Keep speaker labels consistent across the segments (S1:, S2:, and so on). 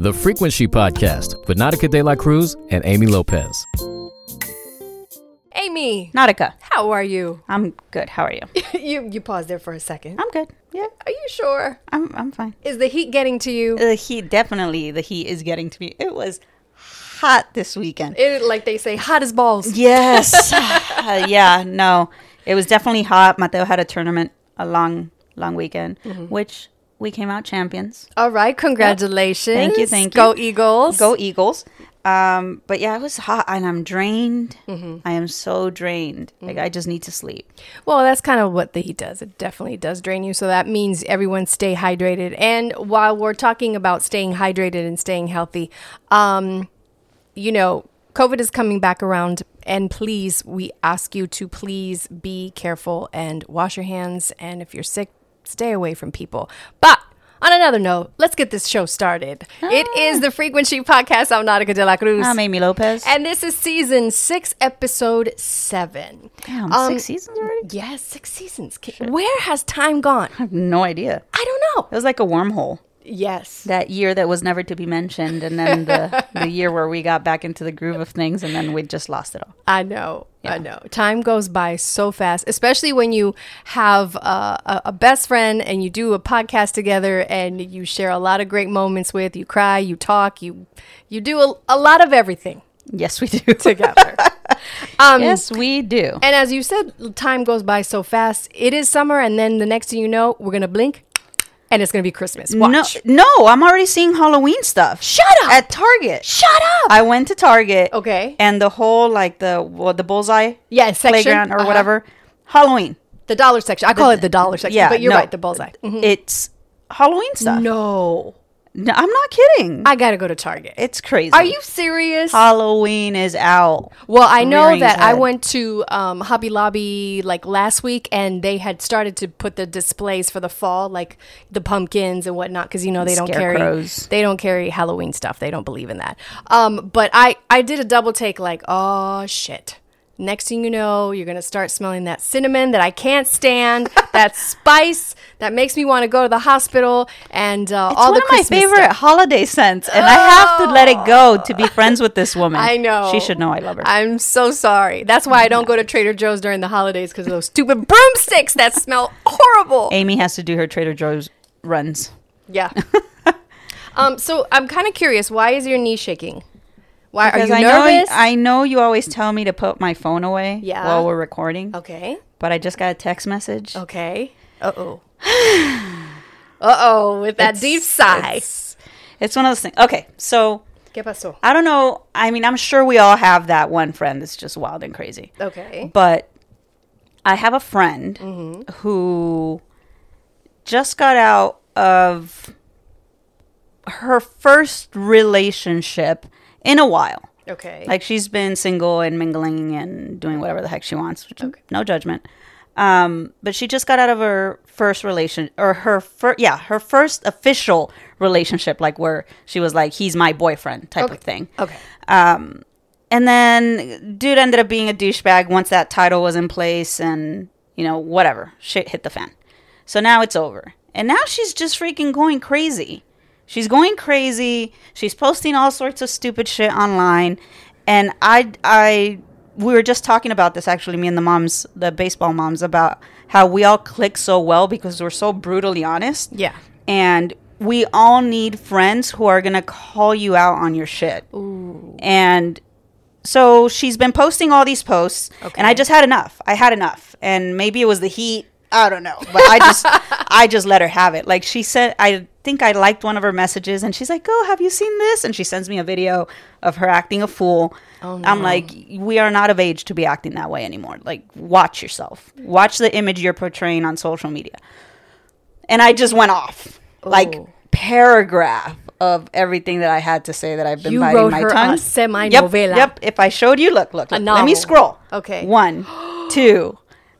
S1: The Frequency Podcast with Nautica De La Cruz and Amy Lopez.
S2: Amy,
S3: Nautica.
S2: how are you?
S3: I'm good. How are you?
S2: you you paused there for a second.
S3: I'm good. Yeah,
S2: Are you sure?
S3: I'm I'm fine.
S2: Is the heat getting to you?
S3: The heat definitely the heat is getting to me. It was hot this weekend.
S2: It like they say, hot as balls.
S3: Yes. Uh, yeah, no. It was definitely hot. Mateo had a tournament, a long long weekend, which we came out champions.
S2: All right, congratulations.
S3: Thank you, thank
S2: Go
S3: you.
S2: Eagles.
S3: Go Eagles. Um, but yeah, it was hot and I'm drained. I am so drained. Like I just need to sleep.
S2: Well, that's kind of what the heat does. It definitely does drain you. So that means everyone stay hydrated. And while we're talking about staying hydrated and staying healthy, um, you know, COVID is coming back around. And please, we ask you to please be careful and wash your hands. And if you're sick, stay away from people. But on another note, let's get this show started. It
S3: Ah.
S2: is the Frequency Podcast. I'm Nautica de la Cruz.
S3: I'm Amy Lopez.
S2: and this is season six, episode seven.
S3: Damn,
S2: Um,
S3: six seasons already?
S2: Yes, six seasons. K- Where has time gone?
S3: I have no idea.
S2: I don't
S3: It
S2: know.
S3: was like a wormhole.
S2: Yes.
S3: that year that was never to be mentioned and then the, the year where we got back into the groove of things and then we just lost it all
S2: I know. I know. Time goes by so fast, especially when you have uh, a, a best friend and you do a podcast together and you share a lot of great moments with. You cry, you talk, you you do a, a lot of everything
S3: yes we do
S2: together. um,
S3: yes we do
S2: And as you said, time goes by so fast. It is summer, and then the next thing you know, we're gonna blink, and it's gonna be Christmas. Watch.
S3: no no i'm already seeing halloween stuff
S2: Shut up!
S3: at target
S2: Shut up!
S3: i went to target
S2: Okay.
S3: and the whole like the what the bullseye
S2: Yeah, section.
S3: playground or
S2: Uh-huh.
S3: whatever halloween
S2: The dollar section. I call it the dollar section,
S3: yeah
S2: but you're
S3: no.
S2: right, the bullseye. Mm-hmm.
S3: it's halloween stuff no.
S2: No.
S3: i'm not kidding
S2: I got to go to Target.
S3: it's crazy
S2: Are you serious?
S3: halloween is out
S2: well, I know
S3: rearing
S2: that
S3: its
S2: I
S3: head.
S2: went to um, Hobby Lobby like last week and they had started to put the displays for the fall, like the pumpkins and whatnot, because you know they don't carry
S3: Scarecrows.
S2: they don't carry Halloween stuff. They don't believe in that. Um, but I I did a double take, like oh shit. Next thing you know, you're gonna start smelling that cinnamon that I can't stand, that spice that makes me want to go to the hospital, and uh, all
S3: all
S2: the
S3: one of my
S2: Christmas
S3: favorite
S2: stuff.
S3: holiday scents, and I have to let it go to be friends with this woman.
S2: I know.
S3: she should know I love her.
S2: I'm so sorry. That's why I don't go to Trader Joe's during the holidays because of those stupid broomsticks that smell horrible.
S3: Amy has to do her Trader Joe's runs.
S2: Yeah. um. So I'm kind of curious. Why is your knee shaking? Why are you
S3: I
S2: nervous?
S3: know I know you always tell me to put my phone away
S2: Yeah.
S3: while we're recording,
S2: okay.
S3: but I just got a text message.
S2: Okay. Uh oh. uh oh. With that
S3: It's-
S2: deep sigh.
S3: It's one of those things. Okay, so
S2: ¿Qué pasó?
S3: I don't know. I mean, I'm sure we all have that one friend that's just wild and crazy.
S2: Okay.
S3: but I have a friend who just got out of her first relationship in a while.
S2: Okay.
S3: Like she's been single and mingling and doing whatever the heck she wants. Which No judgment. Um, but she just got out of her first relation or her first, yeah, her first official relationship, like where she was like, he's my boyfriend type of thing.
S2: okay.
S3: And then dude ended up being a douchebag once that title was in place and you know whatever shit hit the fan. So now it's over. And now she's just freaking going crazy. She's going crazy. She's posting all sorts of stupid shit online and I I we were just talking about this actually me and the moms the baseball moms about how we all click so well because we're so brutally honest.
S2: Yeah.
S3: And we all need friends who are going to call you out on your shit. And so she's been posting all these posts and I just had enough. I had enough. And maybe it was the heat, I don't know, but I just I just let her have it. Like she said I think I liked one of her messages and she's like, "Oh, have you seen this?" and she sends me a video of her acting a fool. I'm like, "We are not of age to be acting that way anymore. Like watch yourself. Watch the image you're portraying on social media." and I just went off like
S2: Ooh.
S3: paragraph of everything that I had to say that I've been
S2: You
S3: biting
S2: wrote
S3: my
S2: her a
S3: tongue.
S2: semi-novela.
S3: Yep, yep. If I showed you, look, look, look. let
S2: novel.
S3: me scroll.
S2: Okay.
S3: One, two,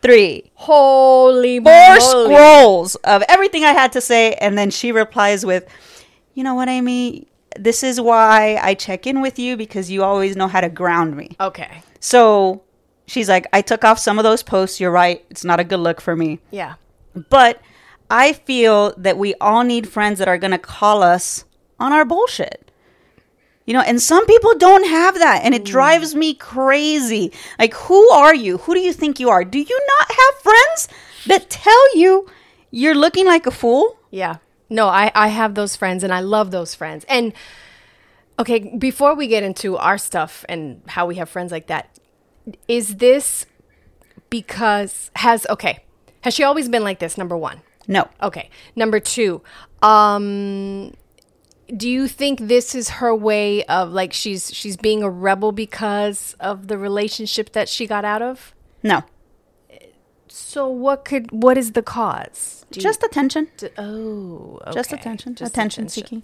S3: three,
S2: Holy
S3: four
S2: moly.
S3: scrolls of everything I had to say, and then she replies with, "You know what, Amy." This is why I check in with you because you always know how to ground me.
S2: Okay.
S3: So she's like, I took off some of those posts. You're right. It's not a good look for me.
S2: Yeah.
S3: But I feel that we all need friends that are going to call us on our bullshit. You know, and some people don't have that, and it drives me crazy. Like, who are you? Who do you think you are? Do you not have friends that tell you you're looking like a fool?
S2: Yeah. No, I, I have those friends and I love those friends. And okay, before we get into our stuff and how we have friends like that, is this because has okay, has she always been like this? Number one.
S3: No.
S2: Okay. Number two, um do you think this is her way of like she's she's being a rebel because of the relationship that she got out of?
S3: No.
S2: So what could what is the cause? Do you-
S3: Just attention.
S2: oh,
S3: Just
S2: okay.
S3: attention.
S2: Just
S3: attention seeking.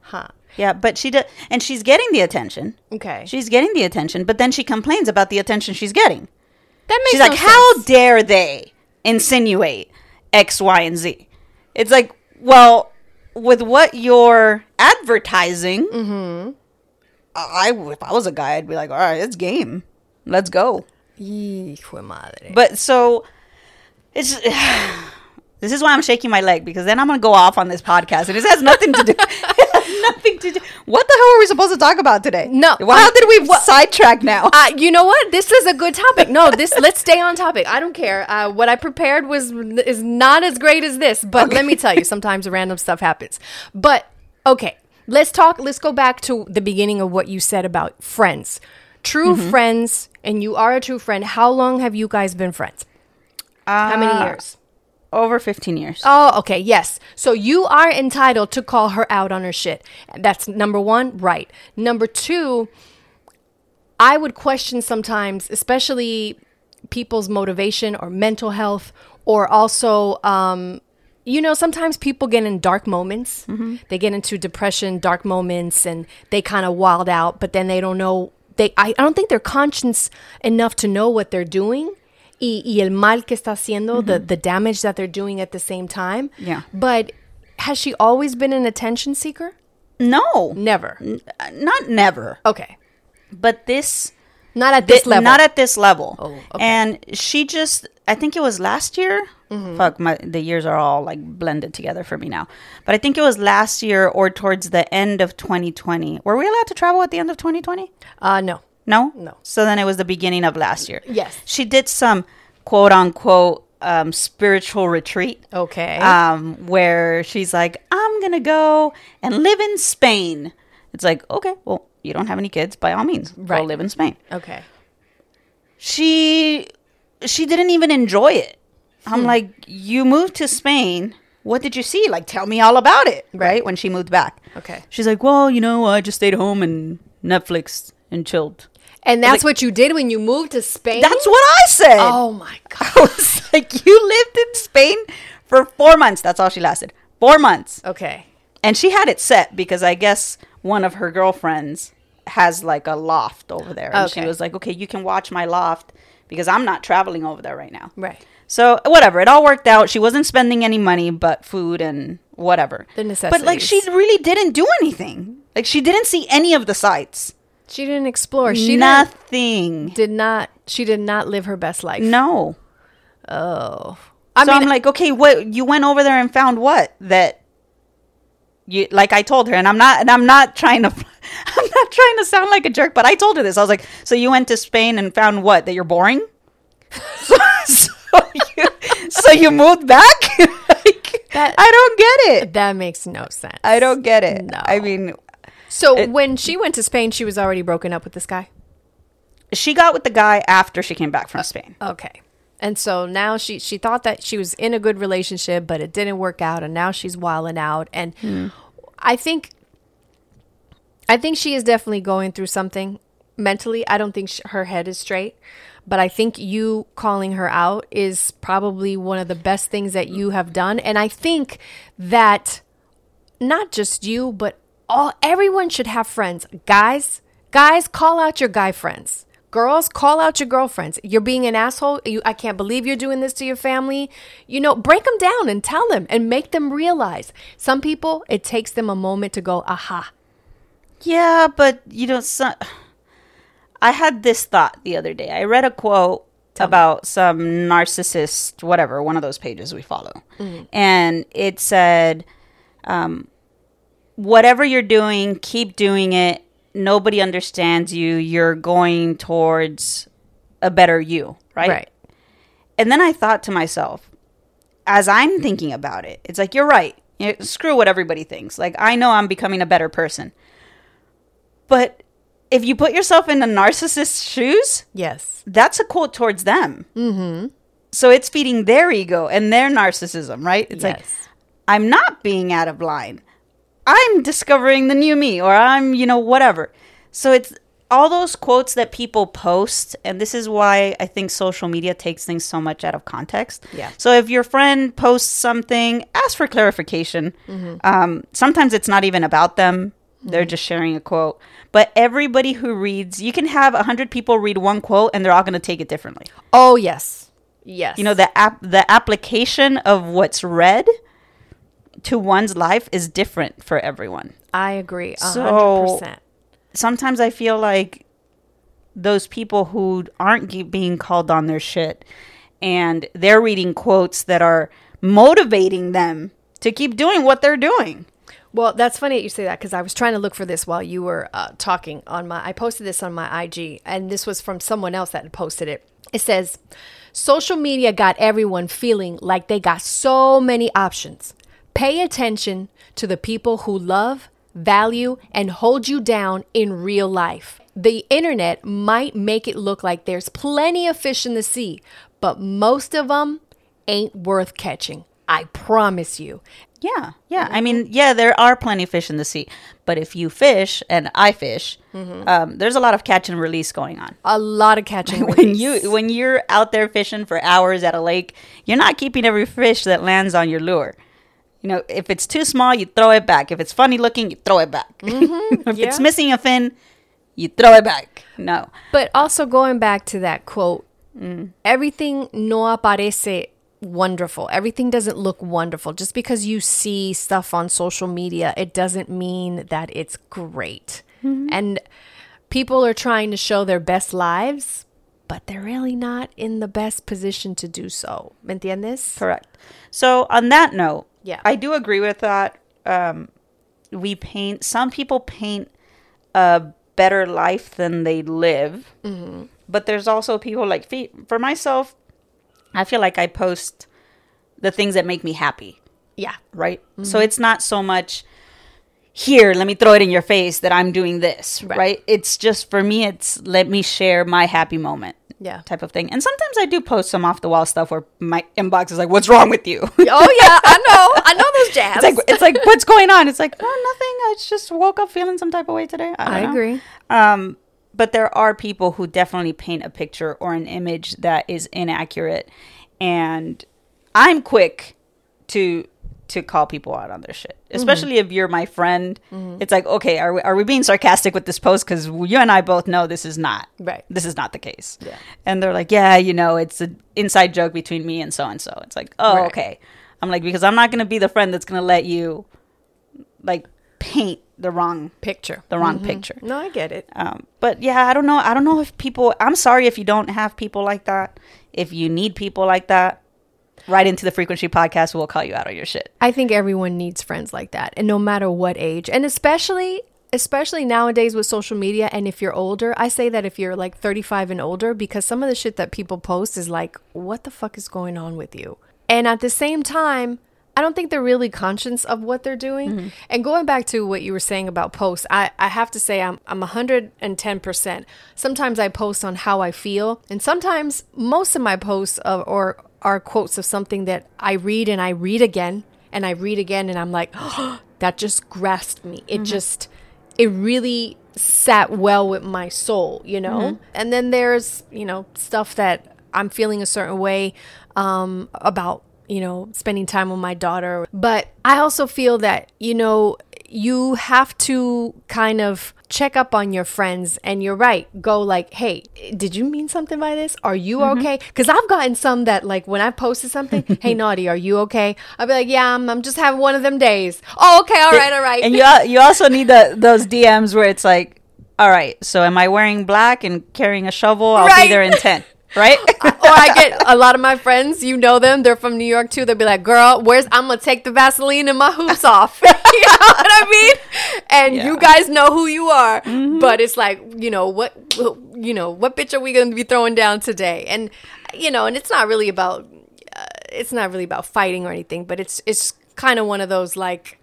S2: Huh.
S3: Yeah, but she does, and she's getting the attention.
S2: Okay.
S3: She's getting the attention, but then she complains about the attention she's getting.
S2: that makes
S3: She's
S2: no
S3: like, "How
S2: sense.
S3: dare they insinuate X, Y, and Z?" It's like, well, with what you're advertising,
S2: Mm-hmm.
S3: I would- if I was a guy, I'd be like, "All right, it's game, let's go."
S2: Hijo de madre.
S3: But so it's this is why I'm shaking my leg because then I'm gonna go off on this podcast and it has nothing to do. it has nothing to do. What the hell are we supposed to talk about today?
S2: No.
S3: Why how did we sidetrack now?
S2: Uh, you know what? This is a good topic. No, this let's stay on topic. I don't care. Uh, what I prepared was is not as great as this, but let me tell you, sometimes random stuff happens. But okay, let's talk. Let's go back to the beginning of what you said about friends, true friends, and you are a true friend. How long have you guys been friends? How many years?
S3: Over 15 years.
S2: Oh, okay. Yes. So you are entitled to call her out on her shit. That's number one, right. Number two, I would question sometimes, especially people's motivation or mental health, or also, um, you know, sometimes people get in dark moments.
S3: Mm-hmm.
S2: They get into depression, dark moments, and they kind of wild out, but then they don't know. They, I, I don't think they're conscious enough to know what they're doing y, y el mal que está haciendo, the, the damage that they're doing at the same time.
S3: Mm-hmm. Yeah.
S2: But has she always been an attention seeker?
S3: No,
S2: Never.
S3: n- not never.
S2: Okay.
S3: But this
S2: Not at this
S3: thi-
S2: level.
S3: Not at this level.
S2: Oh, okay.
S3: And she just, I think it was last year.
S2: Mm-hmm.
S3: Fuck, my, the years are all like blended together for me now. But I think it was last year or towards the end of 2020. Were we allowed to travel at the end of 2020?
S2: uh, no.
S3: No?
S2: No.
S3: So then it was the beginning of last year.
S2: Yes.
S3: She did some quote unquote um, spiritual retreat.
S2: Okay.
S3: Um, where she's like, I'm going to go and live in Spain. It's like, okay, well, you don't have any kids, by all means,
S2: Right.
S3: go live in Spain
S2: Okay.
S3: she she didn't even enjoy it.
S2: Hmm.
S3: I'm like, you moved to Spain. What did you see? Like, tell me all about it. Right when she moved back.
S2: Okay.
S3: She's like, well, you know, I just stayed home and Netflix and chilled.
S2: And that's what you did when you moved to Spain?
S3: That's what I said.
S2: Eh? Oh my God.
S3: I was like, you lived in Spain for four months. That's all she lasted. Four months.
S2: Okay.
S3: And she had it set because I guess one of her girlfriends has like a loft over there. And she
S2: Okay.
S3: was like, okay, you can watch my loft because I'm not traveling over there right now.
S2: Right.
S3: So whatever, it all worked out. She wasn't spending any money but food and whatever.
S2: The
S3: But like she
S2: necessities.
S3: really didn't do anything. Like she didn't see any of the sights.
S2: She didn't explore. She didn't,
S3: Nothing.
S2: did not. She did not live her best life.
S3: No.
S2: Oh. I
S3: so
S2: mean,
S3: I'm like, okay, what you went over there and found what that you like I told her and I'm not and I'm not trying to I'm not trying to sound like a jerk, but I told her this. I was like, so you went to Spain and found what that you're boring? so, so, you, so you moved back? like,
S2: That-
S3: I don't get it.
S2: that makes no sense.
S3: I don't get it.
S2: No.
S3: I mean,
S2: So when she went to Spain, she was already broken up with this guy?
S3: she got with the guy after she came back from Spain.
S2: Okay. And so now she she thought that she was in a good relationship, but it didn't work out, and now she's wilding out. And I think I think she is definitely going through something mentally. I don't think sh her head is straight, but I think you calling her out is probably one of the best things that you have done. And I think that not just you, but all everyone should have friends. Guys, guys, call out your guy friends. Girls, call out your girlfriends. You're being an asshole. You, I can't believe you're doing this to your family. You know, break them down and tell them and make them realize. Some people, it takes them a moment to go, aha.
S3: Yeah, but you know, so, I had this thought the other day. I read a quote about some narcissist, whatever, Mm-hmm. one of those pages we follow, and it said, um, whatever you're doing, keep doing it. Nobody understands you. You're going towards a better you, right?
S2: Right.
S3: And then I thought to myself, as I'm thinking about it, it's like, you're right. You know, screw what everybody thinks. Like, I know I'm becoming a better person. But if you put yourself in the narcissist's shoes,
S2: Yes.
S3: that's a quote towards them. Mm-hmm. So it's feeding their ego and their narcissism, right? It's like,
S2: Yes.
S3: I'm not being out of line. I'm discovering the new me, or I'm, you know, whatever. So it's all those quotes that people post. And this is why I think social media takes things so much out of context.
S2: Yeah.
S3: So if your friend posts something, ask for clarification. Um, sometimes it's not even about them. They're just sharing a quote. But everybody who reads, you can have 100 people read one quote and they're all going to take it differently
S2: Oh yes. Yes.
S3: you know the app the application of what's read to one's life is different for everyone
S2: I agree. a hundred
S3: So-
S2: percent.
S3: sometimes i feel like those people who aren't ge- being called on their shit and they're reading quotes that are motivating them to keep doing what they're doing
S2: Well, that's funny that you say that because I was trying to look for this while you were uh, talking on my. I posted this on my IG, and this was from someone else that had posted it. It says, "Social media got everyone feeling like they got so many options. Pay attention to the people who love, value, and hold you down in real life. The internet might make it look like there's plenty of fish in the sea, but most of them ain't worth catching. I promise you."
S3: Yeah, yeah. I mean, yeah, there are plenty of fish in the sea, but if you fish and I fish, um, there's a lot of catch and release going on.
S2: A lot of catching.
S3: when you when you're out there fishing for hours at a lake, you're not keeping every fish that lands on your lure. You know, if it's too small, you throw it back. If it's funny looking, you throw it back. if it's
S2: Mm, yeah.
S3: missing a fin, you throw it back. No.
S2: But also going back to that quote,
S3: Mm.
S2: everything no aparece wonderful. Everything doesn't look wonderful. Just because you see stuff on social media, it doesn't mean that it's great.
S3: Mm-hmm.
S2: And people are trying to show their best lives, but they're really not in the best position to do so. ¿Me entiendes?
S3: Correct. So on that note,
S2: Yeah.
S3: I do agree with that. Um, we paint some people paint a better life than they live,
S2: Mm-hmm.
S3: but there's also people like fe- for myself. I feel like I post the things that make me happy,
S2: Yeah.
S3: right?
S2: Mm-hmm.
S3: So it's not so much here. Let me throw it in your face that I'm doing this,
S2: Right.
S3: right? It's just for me. It's let me share my happy moment.
S2: Yeah.
S3: Type of thing. And sometimes I do post some off the wall stuff where my inbox is like, What's wrong with you?
S2: Oh yeah, I know. I know those jabs.
S3: it's like it's like what's going on it's like oh nothing i just woke up feeling some type of way today i, don't
S2: I
S3: know.
S2: agree.
S3: um but there are people who definitely paint a picture or an image that is inaccurate and i'm quick to to call people out on their shit
S2: Mm-hmm.
S3: especially if you're my friend it's like okay are we, are we being sarcastic with this post because you and i both know this is not
S2: Right.
S3: this is not the case yeah. and they're like yeah you know it's an inside joke between me and so and so it's like oh
S2: Right.
S3: okay i'm like because i'm not going to be the friend that's going to let you like paint the wrong
S2: Picture.
S3: the wrong picture
S2: No, I get it.
S3: um, but yeah, I don't know. I don't know if people. I'm sorry if you don't have people like that. If you need people like that, right into the frequency podcast, we'll call you out on your shit.
S2: I think everyone needs friends like that, and no matter what age, and especially especially nowadays with social media and if you're older i say that if you're like 35 and older because some of the shit that people post is like what the fuck is going on with you and at the same time i don't think they're really conscious of what they're doing and going back to what you were saying about posts i, I have to say I'm, I'm 110% sometimes i post on how i feel and sometimes most of my posts of, or are quotes of something that i read and i read again and I read again and I'm like, that just grasped me. It just, it really sat well with my soul, you know? And then there's, you know, stuff that I'm feeling a certain way um, about, you know, spending time with my daughter. But I also feel that, you know, you have to kind of check up on your friends and you're right go like hey did you mean something by this are you okay because i've gotten some that like when i posted something hey naughty are you okay i'll be like yeah I'm, I'm just having one of them days oh okay all right all right
S3: And you al- you also need the those DMs where it's like, all right, so am I wearing black and carrying a shovel? I'll
S2: Right.
S3: be there in ten, right?
S2: or I get a lot of my friends, you know them, they're from New York too. They'll be like, girl, where's I'm gonna take the Vaseline and my hoops off. you know what I mean? and
S3: Yeah.
S2: you guys know who you are. But it's like, you know, what you know, what bitch are we going to be throwing down today? And you know, and it's not really about uh, it's not really about fighting or anything, but it's it's kind of one of those like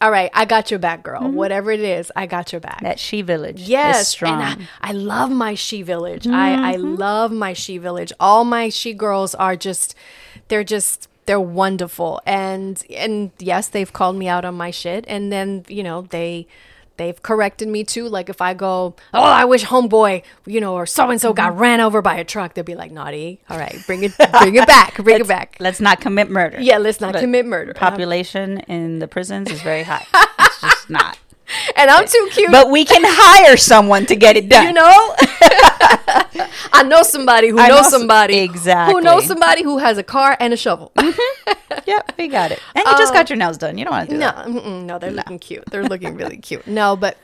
S2: all right, I got your back, girl. Whatever it is, I got your back.
S3: That she village
S2: Yes,
S3: is strong. Mm-hmm.
S2: And I, I love my she village. I, I love my she village. All my she girls are just, they're just, they're wonderful. And and yes, they've called me out on my shit, and then you know they. They've corrected me too. Like if I go, oh, I wish homeboy, you know, or so and so got
S3: Mm-hmm.
S2: ran over by a truck, they'll be like, naughty. All right, bring it, bring it back, bring it back.
S3: Let's not commit murder.
S2: yeah, let's not
S3: Look,
S2: commit murder. Uh-huh. And I'm-
S3: Population in the prisons is very high. it's just not.
S2: And I'm too cute.
S3: But we can hire someone to get it done.
S2: you know i know somebody who
S3: I know
S2: knows
S3: s-
S2: somebody who
S3: Exactly.
S2: knows somebody who has a car and a shovel
S3: Yep, we got it. And you just got your nails done. You don't want to do
S2: Um, no
S3: that.
S2: mm-mm, no they're looking cute they're looking really cute no but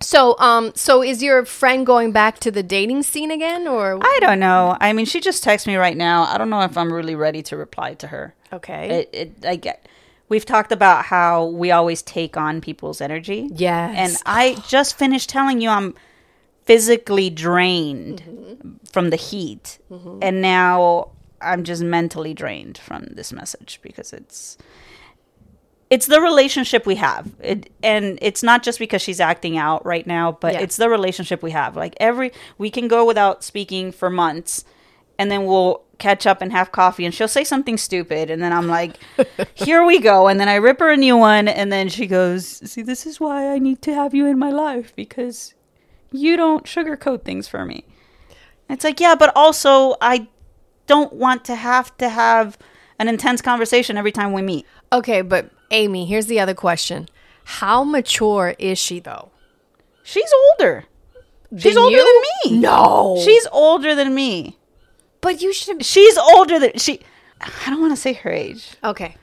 S2: so um so is your friend going back to the dating scene again or
S3: I don't know. I mean, she just texted me right now. I don't know if I'm really ready to reply to her.
S2: okay
S3: It, it, I get. We've talked about how we always take on people's energy.
S2: Yes.
S3: And I just finished telling you I'm physically drained from the heat, and now I'm just mentally drained from this message because it's it's the relationship we have it, and it's not just because she's acting out right now but
S2: Yeah.
S3: it's the relationship we have like every we can go without speaking for months and then we'll catch up and have coffee and she'll say something stupid and then i'm like here we go and then i rip her a new one and then she goes see this is why i need to have you in my life because you don't sugarcoat things for me it's like yeah but also i don't want to have to have an intense conversation every time we meet
S2: okay but amy here's the other question how mature is she though
S3: She's older. She's
S2: Than
S3: older
S2: you?
S3: than me.
S2: no she
S3: She's older than me.
S2: but you should
S3: She's older than she I don't want to say her age,
S2: okay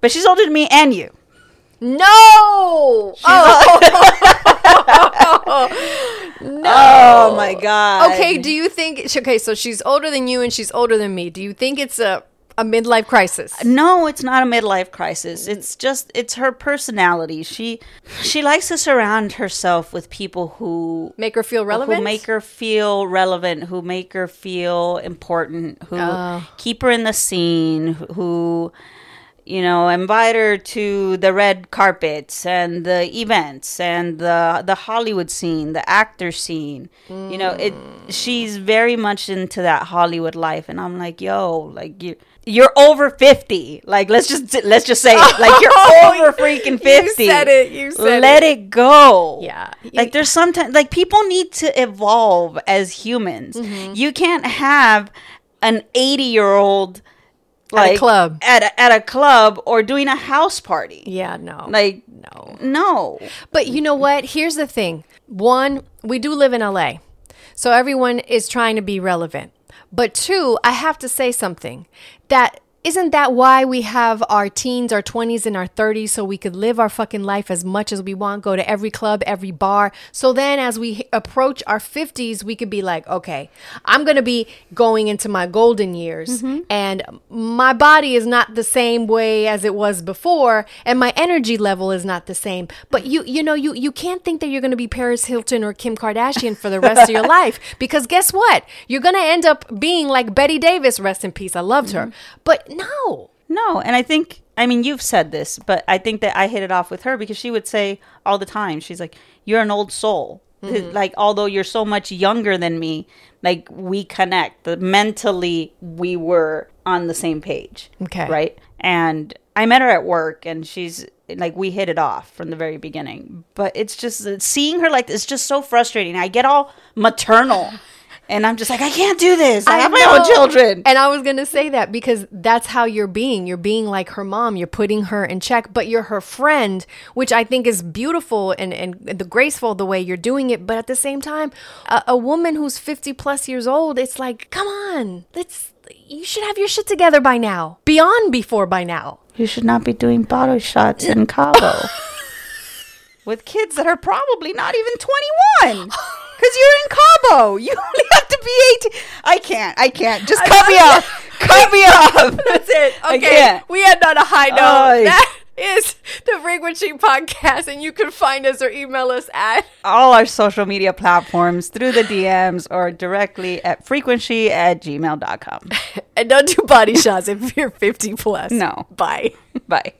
S3: but she's older than me and you.
S2: no oh
S3: Oh my god.
S2: okay do you think okay so she's older than you and she's older than me do you think it's a a midlife crisis
S3: No, it's not a midlife crisis. It's just it's her personality. She she likes to surround herself with people who
S2: make her feel relevant
S3: who make her feel relevant, who make her feel important, who
S2: Oh.
S3: keep her in the scene, who you know invite her to the red carpets and the events and the the Hollywood scene, the actor scene. You know, it
S2: Mm.
S3: she's very much into that Hollywood life and I'm like, "Yo, like you you're over 50. Like let's just let's just say it. like you're over freaking 50."
S2: said it. You said
S3: Let it go.
S2: Yeah.
S3: Like there's sometimes like people need to evolve as humans.
S2: Mm-hmm.
S3: You can't have an 80 year old like
S2: club.
S3: at a, at a club or doing a house party.
S2: yeah no
S3: Like
S2: no
S3: no.
S2: but you know what here's the thing one we do live in la so everyone is trying to be relevant but two i have to say something that isn't that why we have our teens, our 20s, and our 30s so we could live our fucking life as much as we want, go to every club, every bar? So then as we h- approach our 50s, we could be like, okay, I'm going to be going into my golden years and my body is not the same way as it was before and my energy level is not the same. But you you know you you can't think that you're going to be Paris Hilton or Kim Kardashian for the rest of your life because guess what? You're going to end up being like Betty Davis, rest in peace. I loved her. But no.
S3: No, and I think I mean you've said this, but I think that I hit it off with her because she would say all the time, she's like, "You're an old soul."
S2: Mm-hmm.
S3: Like although you're so much younger than me, like we connect. The mentally we were on the same page.
S2: Okay.
S3: Right? And I met her at work and she's like we hit it off from the very beginning. But it's just seeing her like this is just so frustrating. I get all maternal. And I'm just like, I can't do this. I, have my own
S2: know.
S3: children.
S2: And I was going to say that because that's how you're being. You're being like her mom. You're putting her in check, but you're her friend, which I think is beautiful and, and the graceful the way you're doing it. But at the same time, a, a woman who's 50 plus years old, it's like, come on, let's, you should have your shit together by now, beyond before by now.
S3: You should not be doing bottle shots in Cabo with kids that are probably not even 21. Because you're in Cabo. You only have to be 18. I can't. I can't. Just cut me off. Cut me off.
S2: That's it.
S3: I can't.
S2: We end on a high note.
S3: Ay.
S2: That- is the Frequency Podcast, and you can find us or email us at
S3: all our social media platforms through the DMs or directly at frequency at gmail.com.
S2: and don't do body shots if you're 50 plus.
S3: No.
S2: Bye.
S3: Bye.